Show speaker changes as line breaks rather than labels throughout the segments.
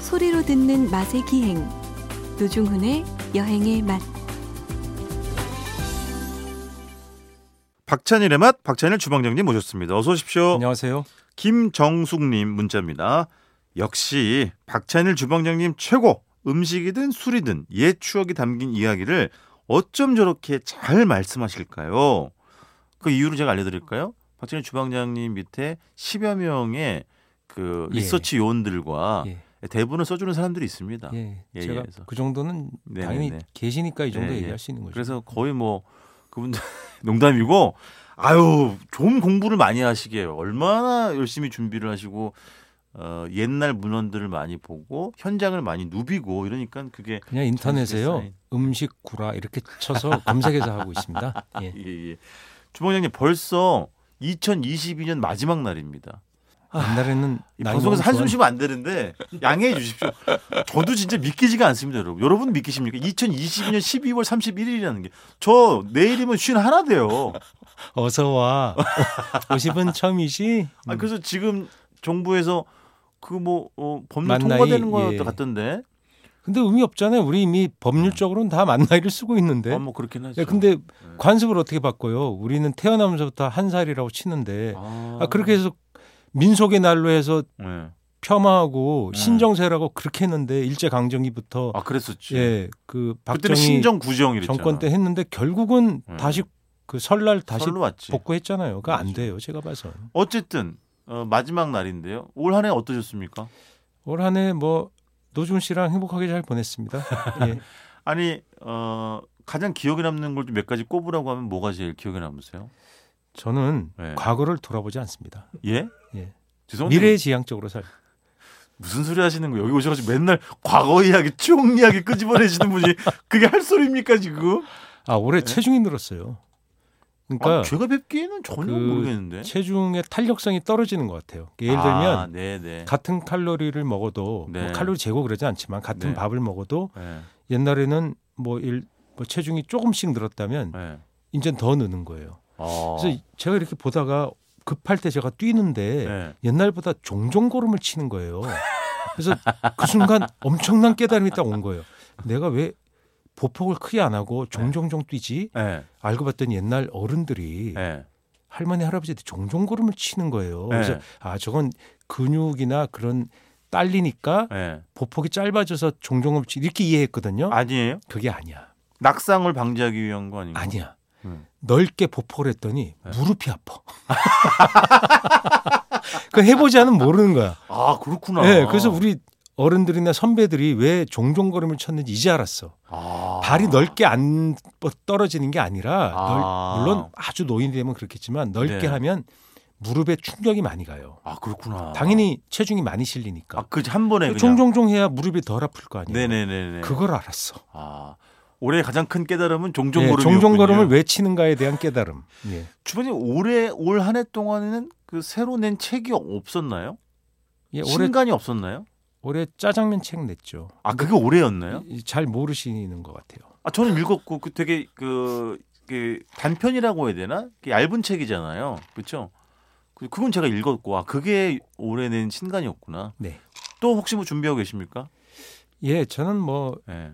소리로 듣는 맛의 기행 노중훈의 여행의 맛
박찬일의 맛 박찬일 주방장님 모셨습니다. 어서 오십시오.
안녕하세요.
김정숙님 문자입니다. 역시 박찬일 주방장님 최고 음식이든 술이든 옛 추억이 담긴 이야기를 어쩜 저렇게 잘 말씀하실까요? 그 이유를 제가 알려드릴까요? 박찬일 주방장님 밑에 10여 명의 그
예.
리서치 요원들과
예.
대본을 써주는 사람들이 있습니다.
예,
아, 예,
제가
예, 그래서.
그 정도는
네,
당연히
네, 네.
계시니까 이 정도
예, 예.
얘기할 수 있는 거죠.
그래서 거의 뭐 그분들 농담이고 아유 좀 공부를 많이 하시게 얼마나 열심히 준비를 하시고 어, 옛날 문헌들을 많이 보고 현장을 많이 누비고 이러니까 그게
그냥 인터넷에요.
사인.
음식 구라 이렇게 쳐서 검색해서 하고 있습니다. 예.
예, 예. 주방장님 벌써 2022년 마지막 날입니다.
옛날에는
아, 이
나이
방송에서
먹은
한숨
저는
쉬면 안 되는데 양해해 주십시오. 저도 진짜 믿기지가 않습니다, 여러분. 여러분 믿기십니까? 2022년 12월 31일이라는 게 저 내일이면 쉰 하나 돼요.
어서 와. 50은 처음이지.
아
음,
그래서 지금 정부에서 그 뭐 어, 법률
만 나이,
통과되는 거
예.
같던데.
근데 의미 없잖아요. 우리 이미 법률적으로는 다 만나이를 쓰고 있는데.
아, 뭐 그렇긴 하죠. 음.
야, 네? 예, 근데 관습을 어떻게 바꿔요? 우리는 태어나면서부터 한 살이라고 치는데
아,
아, 그렇게 해서 민속의 날로 해서
예.
폄하하고
네.
신정세라고 그렇게 했는데 일제 강점기부터
아 그랬었지.
예, 그
그때는
박정희
신정 구정 이랬잖아.
정권 때 했는데 결국은
네.
다시 그 설날 다시
설로 왔지.
복구했잖아요. 그거 안
맞아요.
돼요. 제가 봐서
어쨌든 어, 마지막 날인데요. 올 한 해 어떠셨습니까?
올 한해 뭐 노준 씨랑 행복하게 잘 보냈습니다. 예.
아니 어, 가장 기억에 남는 걸 몇 가지 꼽으라고 하면 뭐가 제일 기억에 남으세요?
저는
네.
과거를 돌아보지 않습니다.
예?
예.
죄송한데
미래지향적으로 살.
무슨 소리 하시는 거예요? 여기 오셔가지고 맨날 과거 이야기, 추억 이야기 끄집어내시는 분이 그게 할 소리입니까 지금?
아 올해 체중이 늘었어요. 그러니까
네. 아, 제가 뵙기에는 전혀
그
모르겠는데.
체중의 탄력성이 떨어지는 것 같아요. 예를
아,
들면
네네.
같은 칼로리를 먹어도 뭐
네.
칼로리 재고 그러지 않지만 같은
네.
밥을 먹어도
네,
옛날에는 뭐, 일, 뭐 체중이 조금씩 늘었다면
네.
이젠 더 느는 거예요.
어.
그래서 제가 이렇게 보다가 급할 때 제가 뛰는데
네.
옛날보다 종종 걸음을 치는 거예요. 그래서 그 순간 엄청난 깨달음이 딱 온 거예요. 내가 왜 보폭을 크게 안 하고 종종종 뛰지?
네.
알고 봤더니 옛날 어른들이
네.
할머니 할아버지들 종종 걸음을 치는 거예요. 그래서
네.
아 저건 근육이나 그런 딸리니까
네.
보폭이 짧아져서 종종 걸음을 치 이렇게 이해했거든요.
아니에요?
그게 아니야.
낙상을 방지하기 위한 거 네. 아닌가?
아니야.
음.
넓게 보폭을 했더니 무릎이 아파. 그 해보지 않으면 모르는 거야.
아 그렇구나.
예, 그래서 우리 어른들이나 선배들이 왜 종종 걸음을 쳤는지 이제 알았어.
아.
발이 넓게 안 뻗- 떨어지는 게 아니라 넓-
아.
물론 아주 노인이 되면 그렇겠지만 넓게
네.
하면 무릎에 충격이 많이 가요.
아 그렇구나.
당연히 체중이 많이 실리니까.
아그한 번에 그냥.
종종종 해야 무릎이 덜 아플 거 아니에요.
네네네네.
그걸 알았어.
아 올해 가장 큰 깨달음은 종종
예,
걸음.
종종 걸음을 왜 치는가에 대한 깨달음. 예.
주변님 올해 올 한 해 동안에는 그 새로 낸 책이 없었나요?
예, 올해
신간이 없었나요?
올해 짜장면 책 냈죠.
아 그게 올해였나요?
이- 잘 모르시는 것 같아요.
아 저는 읽었고 그 되게 그, 그 단편이라고 해야 되나? 그 얇은 책이잖아요. 그렇죠? 그- 그건 제가 읽었고 아 그게 올해 낸 신간이었구나.
네.
또 혹시 뭐 준비하고 계십니까?
예, 저는 뭐
예.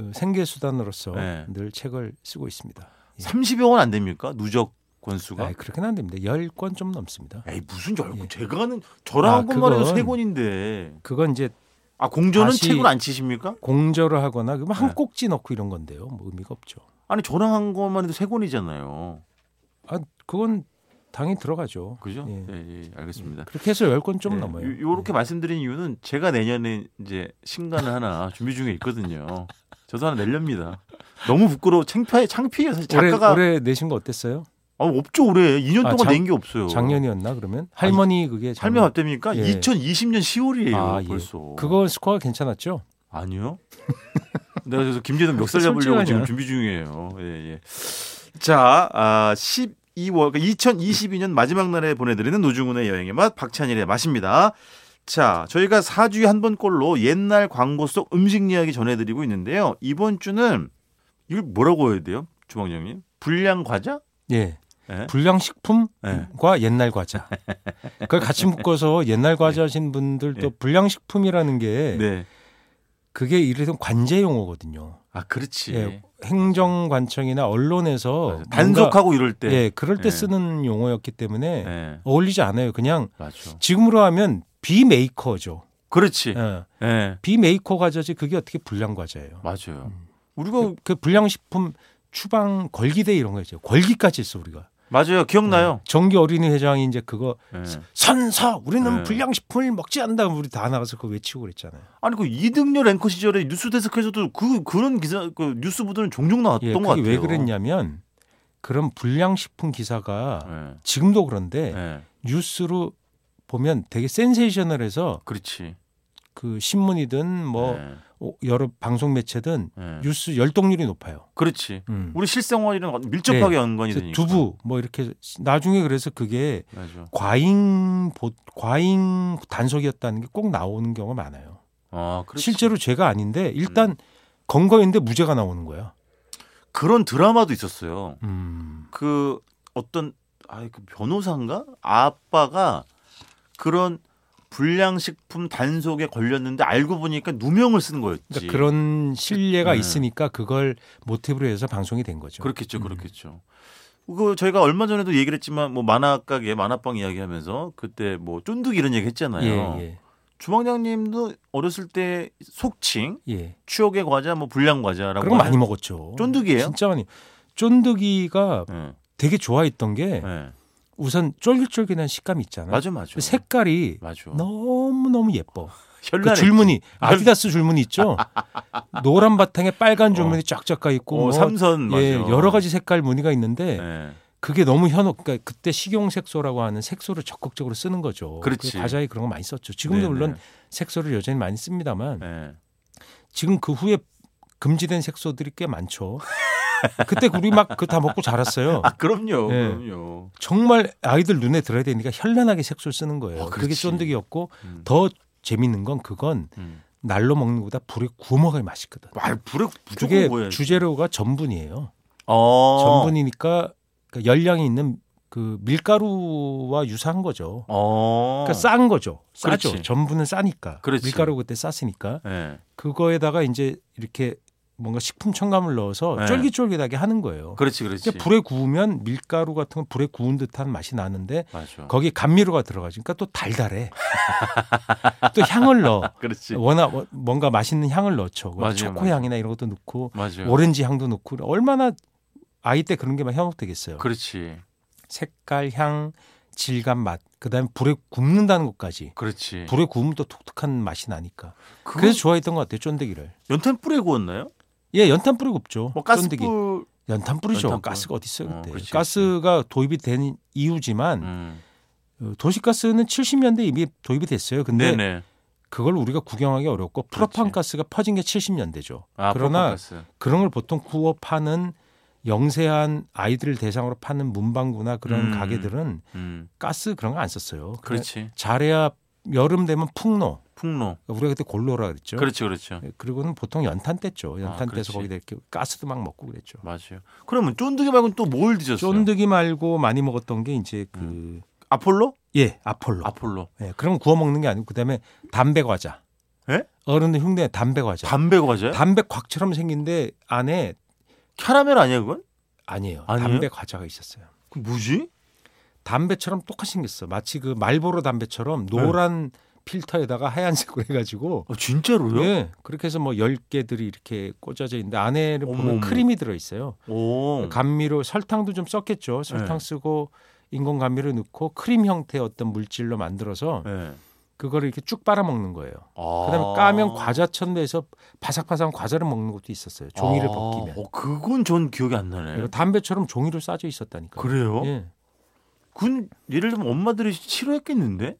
어, 생계 수단으로서
네.
늘 책을 쓰고 있습니다. 예.
30여 원 안 됩니까? 누적 권수가?
아, 그렇게는 안 됩니다. 열 권 좀 넘습니다.
에이 무슨 절
예.
제가 하는 저랑 한
아,
것만 해도
그건-
세 권인데.
그건 이제
아 공전은
다시-
책으로 안 치십니까?
공저를 하거나 그한
네.
꼭지 넣고 이런 건데요. 뭐 의미가 없죠.
아니 저랑 한 것만 해도 세 권이잖아요.
아, 그건 당연히 들어가죠.
그죠? 네.
예.
예, 예, 알겠습니다.
그렇게 해서 열 권 좀 넘어요.
이렇게 예. 말씀드린 이유는 제가 내년에 이제 신간을 하나 준비 중에 있거든요. 저도 하나 내렵니다. 너무 부끄러워, 창피해, 창피해요. 사실
예. 올해,
작가가
올해 내신 거 어땠어요?
아, 없죠 올해 2년 동안
아, 작-
낸 게 없어요.
작년이었나 그러면? 할머니 그게
할매
작년.
밥됩니까?
예.
2020년 10월이에요
아, 예.
벌써.
그거 스코어 괜찮았죠?
아니요. 내가 그래서 김재동 멱살 잡으려고
솔직하냐?
지금 준비 중이에요. 예, 예. 자, 아, 12월, 그러니까 2022년 마지막 날에 보내드리는 노중훈의 여행의 맛, 박찬일의 맛입니다. 자, 저희가 4주에 한 번꼴로 옛날 광고 속 음식 이야기 전해드리고 있는데요. 이번 주는 이걸 뭐라고 해야 돼요? 주방장님? 불량 과자?
예.
예.
불량식품과 옛날 과자. 그걸 같이 묶어서 옛날 과자신 분들도 불량식품이라는 게
네.
그게 이래서 관제 용어거든요.
아 그렇지.
예, 행정관청이나 언론에서
맞아.
뭔가-
단속하고 이럴 때.
예, 그럴 때
예.
쓰는 용어였기 때문에
예,
어울리지 않아요. 그냥
맞죠.
지금으로 하면 비메이커죠.
그렇지.
예.
예,
비메이커 과자지 그게 어떻게 불량 과자예요.
맞아요.
그,
우리가
그 불량식품 추방 걸기대 이런 거 있죠. 걸기까지 했어 우리가.
맞아요. 기억나요.
정기 어린이 회장이 이제 그거
예.
선서 우리는
네.
불량식품을 먹지 않는다 우리 다 나가서 그거 외치고 그랬잖아요.
아니 그 이등료 랭커 시절에 뉴스 데스크에서도 그 그런 기사 그 뉴스 보도는 종종 나왔던
예,
것 같아요.
그게 왜 그랬냐면 그런 불량식품 기사가
예,
지금도 그런데
예,
뉴스로 보면 되게 센세이셔널해서
그렇지.
그 신문이든 뭐
예,
어, 여러 방송 매체든
예.
뉴스 열동률이 높아요.
그렇지.
음.
우리 실생활이랑 밀접하게
네.
연관이
그래서
되니까.
두부 뭐 이렇게 나중에 그래서 그게
맞아.
과잉 보, 과잉 단속이었다는 게 꼭 나오는 경우가 많아요.
아, 그렇지.
실제로 죄가 아닌데
음.
일단 건거인데 무죄가 나오는 거야.
그런 드라마도 있었어요.
음.
그 어떤 아이 그 변호사인가 아빠가 그런 불량식품 단속에 걸렸는데 알고 보니까 누명을 쓴 거였지.
그러니까 그런 신뢰가
네.
있으니까 그걸 모티브로 해서 방송이 된 거죠. 음.
렇겠죠 그렇겠죠. 그 저희가 얼마 전에도 얘기를 했지만 뭐 만화 가게 만화방 이야기하면서 그때 뭐 쫀득 이런 얘기 했잖아요.
예,
주방장님도 어렸을 때 속칭
예, 예.
추억의 과자 뭐 불량 과자라고
그런 거 많이
하는-
먹었죠.
쫀득이에요?
진짜 많이. 쫀득이가
예.
되게 좋아했던 게
예.
우선 쫄깃쫄깃한 식감이 있잖아요.
맞아 그렇죠. 맞아.
그 색깔이
맞아.
너무 너무 예뻐. 그
현란했지.
줄무늬 아디다스 줄무늬 있죠. 노란 바탕에 빨간 줄무늬 쫙쫙 가 있고
어,
뭐
삼선 맞아.
예, 여러 가지 색깔 무늬가 있는데
예.
그게 너무 현혹 그러니까 그때 식용 색소라고 하는 색소를 적극적으로 쓰는 거죠.
그렇지.
그 과자에 그런 거 많이 썼죠. 지금도
네네.
물론 색소를 여전히 많이 씁니다만
예.
지금 그 후에 금지된 색소들이 꽤 많죠. 그때 우리 막 그 다 먹고 자랐어요.
아 그럼요,
예.
그럼요.
정말 아이들 눈에 들어야 되니까 현란하게 색소를 쓰는 거예요.
어,
그게
그렇지.
쫀득이었고
음.
더 재밌는 건 그건
음.
날로 먹는 것보다 불에 구워 먹어야 맛있거든.
아, 불에 무조건
그게
뭐야?
주재료가 전분이에요.
어.
전분이니까 그 열량이 있는 그 밀가루와 유사한 거죠.
어.
그러니까 싼 거죠. 싸죠.
그렇지.
전분은 싸니까.
그렇지.
밀가루 그때 쌌으니까
예.
그거에다가 이제 이렇게 뭔가 식품 첨가물 넣어서
네.
쫄깃쫄깃하게 하는 거예요.
그렇지, 그렇지.
그러니까 불에 구우면 밀가루 같은 건 불에 구운 듯한 맛이 나는데
맞아.
거기에 감미료가 들어가지. 그러니까 또 달달해. 또 향을 넣어.
그렇지.
워낙 워- 뭔가 맛있는 향을 넣죠.
맞아요,
초코
맞아요. 네.
향이나 이런 것도 넣고
맞아요.
오렌지 향도 넣고 얼마나 아이 때 그런 게 막 현혹되겠어요.
그렇지,
색깔, 향, 질감, 맛. 그다음에 불에 굽는다는 것까지.
그렇지.
불에 구우면 또 독특한 맛이 나니까.
그거
그래서 좋아했던 것 같아요. 쫀득이를.
연탄 불에 구웠나요?
예, 연탄 뿌리 굽죠.
뭐 가스
쫀득이.
불.
연탄 뿌리죠.
연탄 뿌리.
가스가 어디 있어요,
어,
그때.
그렇지,
가스가 도입이 된 이유지만
음.
어, 도시가스는 70년대 이미 도입이 됐어요. 근데
음. 네네.
그걸 우리가 구경하기 어렵고 프로판
그렇지.
가스가 퍼진 게 70년대죠.
아,
그러나
프로파가스.
그런 걸 보통 구워 파는 영세한 아이들을 대상으로 파는 문방구나
음.
그런 가게들은
음.
가스 그런 거 안 썼어요. 그냥
그렇지.
잘해야 여름 되면 풍로. 그러니까
풍로.
우리가 그때 골로라 그랬죠.
그렇지, 그렇죠.
예, 그리고는 보통 연탄 뗐죠.
아,
연탄
그렇지.
떼서 거기다 이렇게 가스도 막 먹고 그랬죠.
맞아요. 그러면 쫀득이 말고는 또 뭘 드셨어요?
쫀득이 말고 많이 먹었던 게 이제 그
음. 아폴로?
예, 아폴로.
아폴로.
예, 그런 거 구워 먹는 게 아니고 그다음에 담배 과자.
예?
어른들 흉내 담배 과자.
담배 과자요?
담배 곽처럼 생긴데 안에
캐러멜 아니야, 그건?
아니에요.
아니에요?
담배 과자가 있었어요.
그 뭐지?
담배처럼 똑같이 생겼어. 마치 그 말보로 담배처럼 노란
예.
필터에다가 하얀색으로 해가지고
아, 진짜로요?
예, 그렇게 해서 뭐 열개들이 이렇게 꽂아져 있는데 안에를 보면
어머머.
크림이 들어있어요.
오.
감미료 설탕도 좀 썼겠죠. 설탕
네.
쓰고 인공 감미료 넣고 크림 형태의 어떤 물질로 만들어서
예.
그걸 이렇게 쭉 빨아먹는 거예요.
아.
그다음에 까면 과자천 돼서 바삭바삭한 과자를 먹는 것도 있었어요. 종이를
아,
벗기면.
어, 그건 전 기억이 안 나네.
그리고 담배처럼 종이로 싸져 있었다니까.
그래요?
예.
군 예를 들면 엄마들이 싫어했겠는데?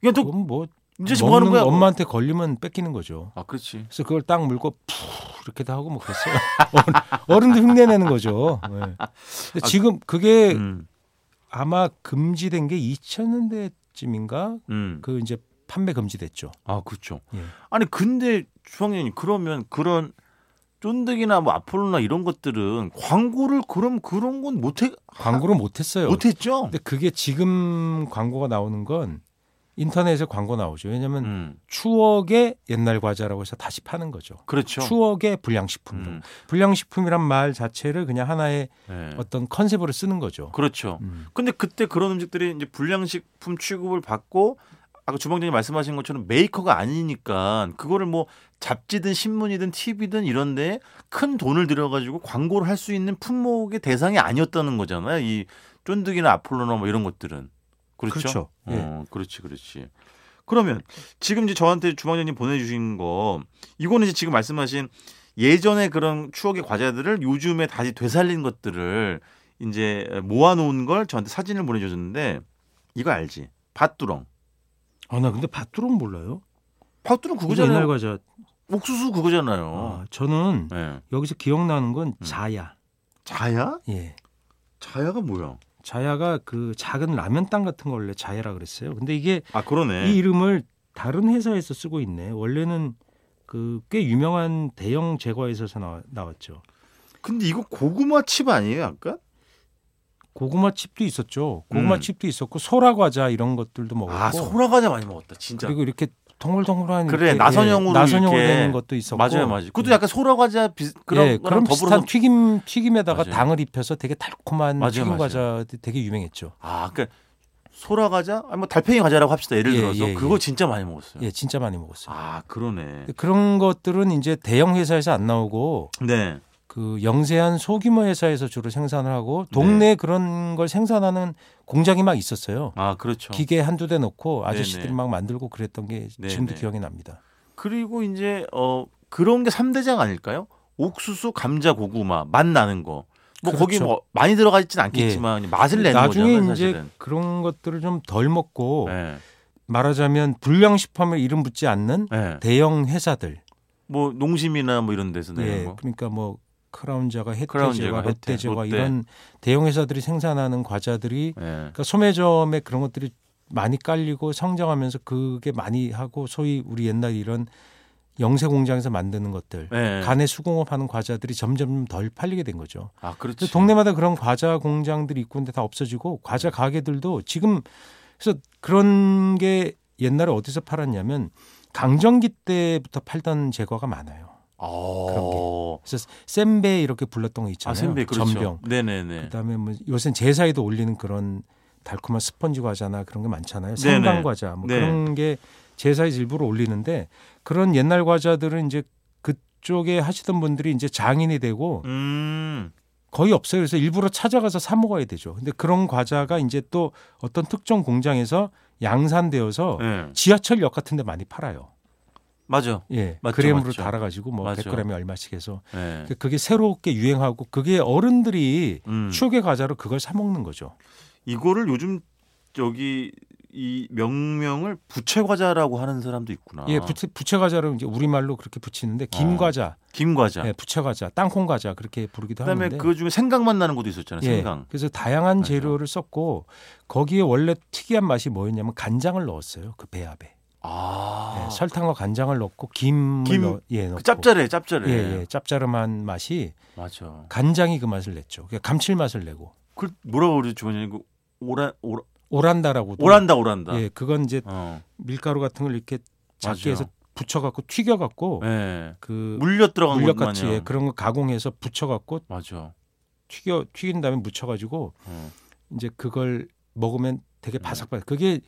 그냥 너
그건 뭐
이제 뭐 하는
먹는
거야?
엄마한테 걸리면 뺏기는 거죠.
아 그렇지.
그래서 그걸 딱 물고 푹 이렇게 다 하고 뭐 그랬어요. 어른, 도 흉내내는 거죠. 예. 근데
아,
지금 그게
음,
아마 금지된 게 2000년대쯤인가
음.
그 이제 판매 금지됐죠.
아 그렇죠.
예.
아니 근데 주방장님 그러면 그런 쫀득이나 뭐 아폴로나 이런 것들은 광고를 그럼 그런 건 못해
광고를 못했어요. 네.
못했죠.
근데 그게 지금 광고가 나오는 건 인터넷에 광고 나오죠. 왜냐하면
음.
추억의 옛날 과자라고 해서 다시 파는 거죠.
그렇죠.
추억의 불량식품으로.
음.
불량식품이란 말 자체를 그냥 하나의
예.
어떤 컨셉으로 쓰는 거죠.
그렇죠.
음.
근데 그때 그런 음식들이 이제 불량식품 취급을 받고 아까 주방장님 말씀하신 것처럼 메이커가 아니니까 그거를 뭐 잡지든 신문이든 TV든 이런데 큰 돈을 들여가지고 광고를 할 수 있는 품목의 대상이 아니었다는 거잖아요. 이 쫀득이나 아폴로나 뭐 이런 것들은 그렇죠.
그렇죠. 예.
어, 그렇지, 그렇지. 그러면 지금 이제 저한테 주방장님 보내주신 거 이거는 이제 지금 말씀하신 예전에 그런 추억의 과자들을 요즘에 다시 되살린 것들을 이제 모아놓은 걸 저한테 사진을 보내주셨는데 이거 알지? 밭두렁.
아 나 근데 밭두렁 몰라요.
밭두렁 그거잖아요.
옛날 과자.
옥수수
어.
그거잖아요.
아, 저는
예.
여기서 기억나는 건 자야.
자야?
예.
자야가 뭐야?
자야가 그 작은 라면 땅 같은 걸 원래 자야라 그랬어요. 근데 이게
아
이
그러네.
이름을 다른 회사에서 쓰고 있네. 원래는 그 꽤 유명한 대형 제과회사에서 나와- 나왔죠.
근데 이거 고구마 칩 아니에요? 약간?
고구마 칩도 있었죠. 고구마
음.
칩도 있었고 소라 과자 이런 것들도 먹었고
아 소라과자 많이 먹었다. 진짜.
어. 그리고 이렇게 동글동글한
그래,
이렇게, 예,
나선형으로
나선형으로
이렇게.
되는 것도 있었고
맞아요, 맞아요. 그것도
예.
약간 소라과자 비슷 그런
예,
거랑
그런
더불어서
비슷한 튀김 튀김에다가
맞아요.
당을 입혀서 되게 달콤한
맞아요,
튀김
맞아요.
과자 되게 유명했죠.
아, 그러니까 소라 과자, 아니 뭐 달팽이 과자라고 합시다. 예를
예,
들어서
예,
그거
예.
진짜 많이 먹었어요.
예, 진짜 많이 먹었어요.
아, 그러네.
근데 그런 것들은 이제 대형 회사에서 안 나오고
네,
그 영세한 소규모 회사에서 주로 생산을 하고 동네 에 그런 걸 생산하는 공장이 막 있었어요.
아 그렇죠.
기계 한두 대 넣고 아저씨들이
네네.
막 만들고 그랬던 게
네네.
지금도 기억이 납니다.
그리고 이제 어 그런 게 삼대장 아닐까요? 옥수수, 감자, 고구마, 맛 나는 거. 뭐 거기
그렇죠.
뭐 많이 들어가있진 않겠지만 맛을 내는
나중에
거잖아요,
이제 뭐
사실은.
그런 것들을 좀 덜 먹고
네.
말하자면 불량식품을 이름 붙지 않는
네.
대형 회사들
뭐 농심이나 뭐 이런 데서 내는
예,
거.
그러니까 뭐 크라운제과,
크라운제과,
혜태제과,
혜태,
롯데제과
롯데.
이런 대형 회사들이 생산하는 과자들이
네.
그러니까 소매점에 그런 것들이 많이 깔리고 성장하면서 그게 많이 하고 소위 우리 옛날 이런 영세 공장에서 만드는 것들
네.
간에 수공업하는 과자들이 점점 덜 팔리게 된 거죠.
아
근데
그렇지.
동네마다 그런 과자 공장들이 있고 근데 다 없어지고 과자
네.
가게들도 지금 그래서 그런 게 옛날에 어디서 팔았냐면 강정기 때부터 팔던 제과가 많아요.
어.
그래서 샌베 이렇게 불렀던 거
아
있잖아요.
선배 그렇죠.
전병.
네네네.
그다음에 뭐 요새 제사에도 올리는 그런 달콤한 스펀지 과자나 그런 게 많잖아요.
네네.
생강 과자 뭐
네.
그런 게 제사에서 일부러 올리는데 그런 옛날 과자들은 이제 그쪽에 하시던 분들이 이제 장인이 되고
음.
거의 없어요. 그래서 일부러 찾아가서 사 먹어야 되죠. 근데 그런 과자가 이제 또 어떤 특정 공장에서 양산되어서
네.
지하철역 같은 데 많이 팔아요.
맞아.
예.
맞죠,
그램으로
맞죠.
달아 가지고 뭐
맞죠.
100g에 얼마씩 해서
네.
근데 그게 새롭게 유행하고 그게 어른들이
음.
추억의 과자로 그걸 사 먹는 거죠.
이거를 요즘 여기 이 명명을 부채 과자라고 하는 사람도 있구나.
예, 부채, 부채 과자로 이제 우리말로 그렇게 붙이는데 김
어.
과자,
김 과자.
예, 부채 과자, 땅콩 과자 그렇게 부르기도
그다음에
하는데.
그 중에 생강맛 나는 것도 있었잖아요.
예,
생강.
그래서 다양한
맞아요.
재료를 썼고 거기에 원래 특이한 맛이 뭐였냐면 간장을 넣었어요. 그 배합에.
아.
예, 설탕과 간장을 넣고 김을
김,
넣, 예, 넣고.
그 짭짤해, 짭짤해.
예, 예, 짭짤한 맛이
맞아.
간장이 그 맛을 냈죠. 그러니까 감칠맛을 내고.
그 뭐라고 그러죠, 주원이? 그 오란 오라,
오란다라고도
오란다 오란다.
예, 그건 이제
어.
밀가루 같은 걸 이렇게 작게
맞아요.
해서 붙여갖고 튀겨갖고
예.
그
물엿 들어간
물엿
것만
같이 예, 그런 거 가공해서 붙여갖고
맞아.
튀겨 튀긴 다음에 묻혀가지고
어.
이제 그걸 먹으면 되게
네.
바삭바삭. 그게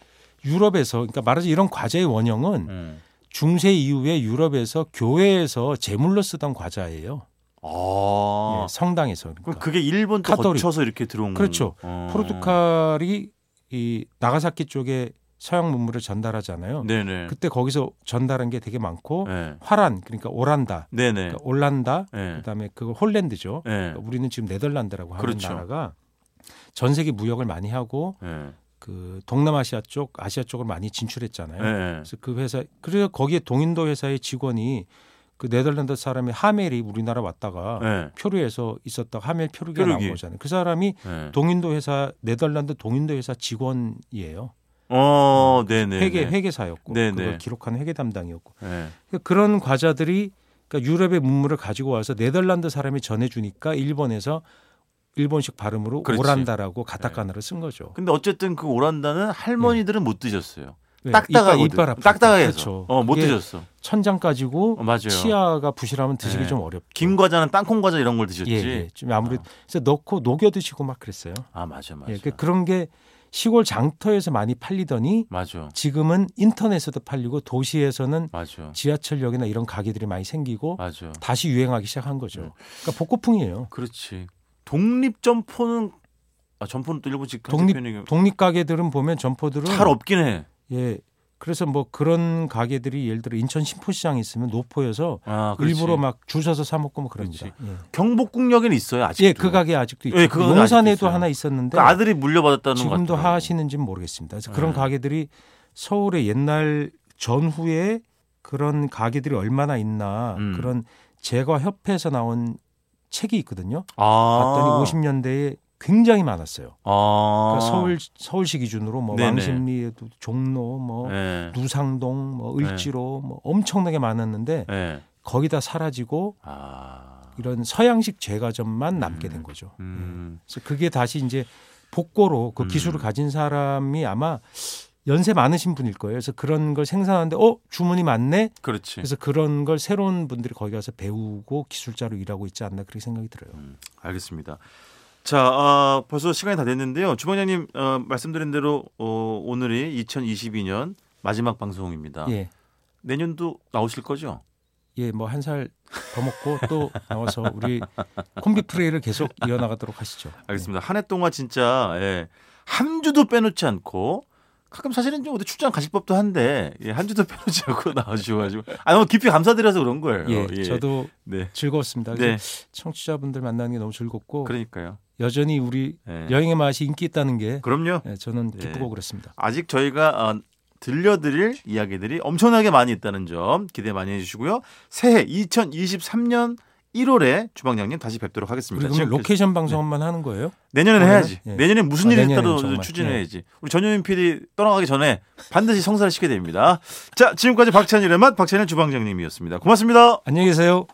유럽에서 그러니까 말하자면 이런 과자의 원형은
음.
중세 이후에 유럽에서 교회에서 제물로 쓰던 과자예요.
아.
예, 성당에서
그럼
그러니까
그게 일본 또
카토리.
거쳐서 이렇게 들어온
그렇죠.
어.
포르투갈이 이 나가사키 쪽에 서양 문물을 전달하잖아요.
네네.
그때 거기서 전달한 게 되게 많고
예.
화란 그러니까 오란다,
네네.
그러니까 올란다,
예.
그다음에 그거 홀랜드죠.
예.
우리는 지금 네덜란드라고 하는
그렇죠.
나라가 전 세계 무역을 많이 하고
예.
그 동남아시아 쪽, 아시아 쪽을 많이 진출했잖아요.
예.
그래서 그 회사 그래서 거기에 동인도 회사의 직원이 그 네덜란드 사람이 하멜이 우리나라 왔다가
예.
표류해서 있었다가 하멜 표류기가
표류기.
나온 거잖아요. 그 사람이
예.
동인도 회사 네덜란드 동인도 회사 직원이에요.
어, 네네.
회계 회계사였고
네, 네.
그걸 기록한 회계 담당이었고
네.
그러니까 그런 과자들이 그러니까 유럽의 문물을 가지고 와서 네덜란드 사람이 전해주니까 일본에서 일본식 발음으로
그렇지. 네.
오란다라고 가타카나를 쓴 거죠.
근데 어쨌든 그 오란다는 할머니들은 못 드셨어요.
네,
딱딱하고
이빨, 이빨 아프니까.
딱딱해서
그렇죠.
어, 못
이게
드셨어.
천장 까지고
어, 맞아요.
치아가 부실하면 드시기
네.
좀 어렵죠.
김 과자는 땅콩 과자 이런 걸 드셨지.
예, 예. 좀 아무래도 그래서 넣고 녹여 드시고 막 그랬어요.
아 맞아 맞아.
예, 그- 그런 게 시골 장터에서 많이 팔리더니
맞아
지금은 인터넷에도 팔리고 도시에서는
맞아
지하철역이나 이런 가게들이 많이 생기고
맞아.
다시 유행하기 시작한 거죠.
네.
그러니까 복고풍이에요.
그렇지. 독립 점포는 아 점포는 또 일본식
독립-
편이
독립 가게들은 보면 점포들은
잘 없긴 해.
예. 그래서 뭐 그런 가게들이 예를 들어 인천 신포시장에 있으면 노포여서
아 그렇지.
일부러 막 주셔서 사 먹고 뭐 그럽니다.
경복궁역에는 있어요 아직도.
예, 그 가게 아직도 있고
예, 그 가게 아직도
용산에도
있어요.
하나 있었는데
그 아들이 물려받았다는
지금도
것 같아요.
하시는지는 모르겠습니다. 그래서 그런
네.
가게들이 서울의 옛날 전후에 그런 가게들이 얼마나 있나
음.
그런 제과 협회에서 나온 책이 있거든요.
아,
봤더니 50년대에 굉장히 많았어요.
아.
그러니까 서울 서울시 기준으로 뭐
네네.
왕십리에도 종로 뭐
예.
누상동 뭐
네.
을지로 뭐 엄청나게 많았는데
예.
거의 다 사라지고
아.
이런 서양식 제과점만 남게 된 거죠.
음.
그래서 그게 다시 이제 복고로 그
음.
기술을 가진 사람이 아마 연세 많으신 분일 거예요. 그래서 그런 걸 생산하는데 어 주문이 많네.
그렇지.
그래서 그런 걸 새로운 분들이 거기 가서 배우고 기술자로 일하고 있지 않나 그렇게 생각이 들어요.
음. 알겠습니다. 자, 아, 벌써 시간이 다 됐는데요. 주방장님 어, 말씀드린 대로 어, 오늘이 2022년 마지막 방송입니다.
예,
내년도 나오실 거죠?
예, 뭐 한 살 더 먹고 또 나와서 우리 콤비 프레이를 계속 이어나가도록 하시죠. 예.
알겠습니다. 한 해 동안 진짜 예, 한 주도 빼놓지 않고 가끔 사실은 좀 어디 출장 가실 법도 한데 예, 한 주도 빼놓지 않고 나와주셔가지고 아 너무 깊이 감사드려서 그런 어, 거예요.
예, 저도
네,
즐거웠습니다.
네,
그래서 청취자분들 만나는 게 너무 즐겁고
그러니까요.
여전히 우리
예.
여행의 맛이 인기 있다는 게
그럼요.
예, 저는
예.
기쁘고 그렇습니다.
아직 저희가 어, 들려드릴 이야기들이 엄청나게 많이 있다는 점 기대 많이 해주시고요. 새해 2023년 1월에 주방장님 다시 뵙도록 하겠습니다.
우리 그렇죠. 그러면
지금까지-
로케이션 방송만 하는 거예요?
내년에는
올해는?
해야지.
예.
내년에 무슨
아,
일이
내년에는
있다도
정말. 예.
추진해야지. 우리 전효민 PD 떠나가기 전에 반드시 성사를 시켜야 됩니다. 자, 지금까지 박찬일의 맛 박찬일 주방장님이었습니다. 고맙습니다.
안녕히 계세요.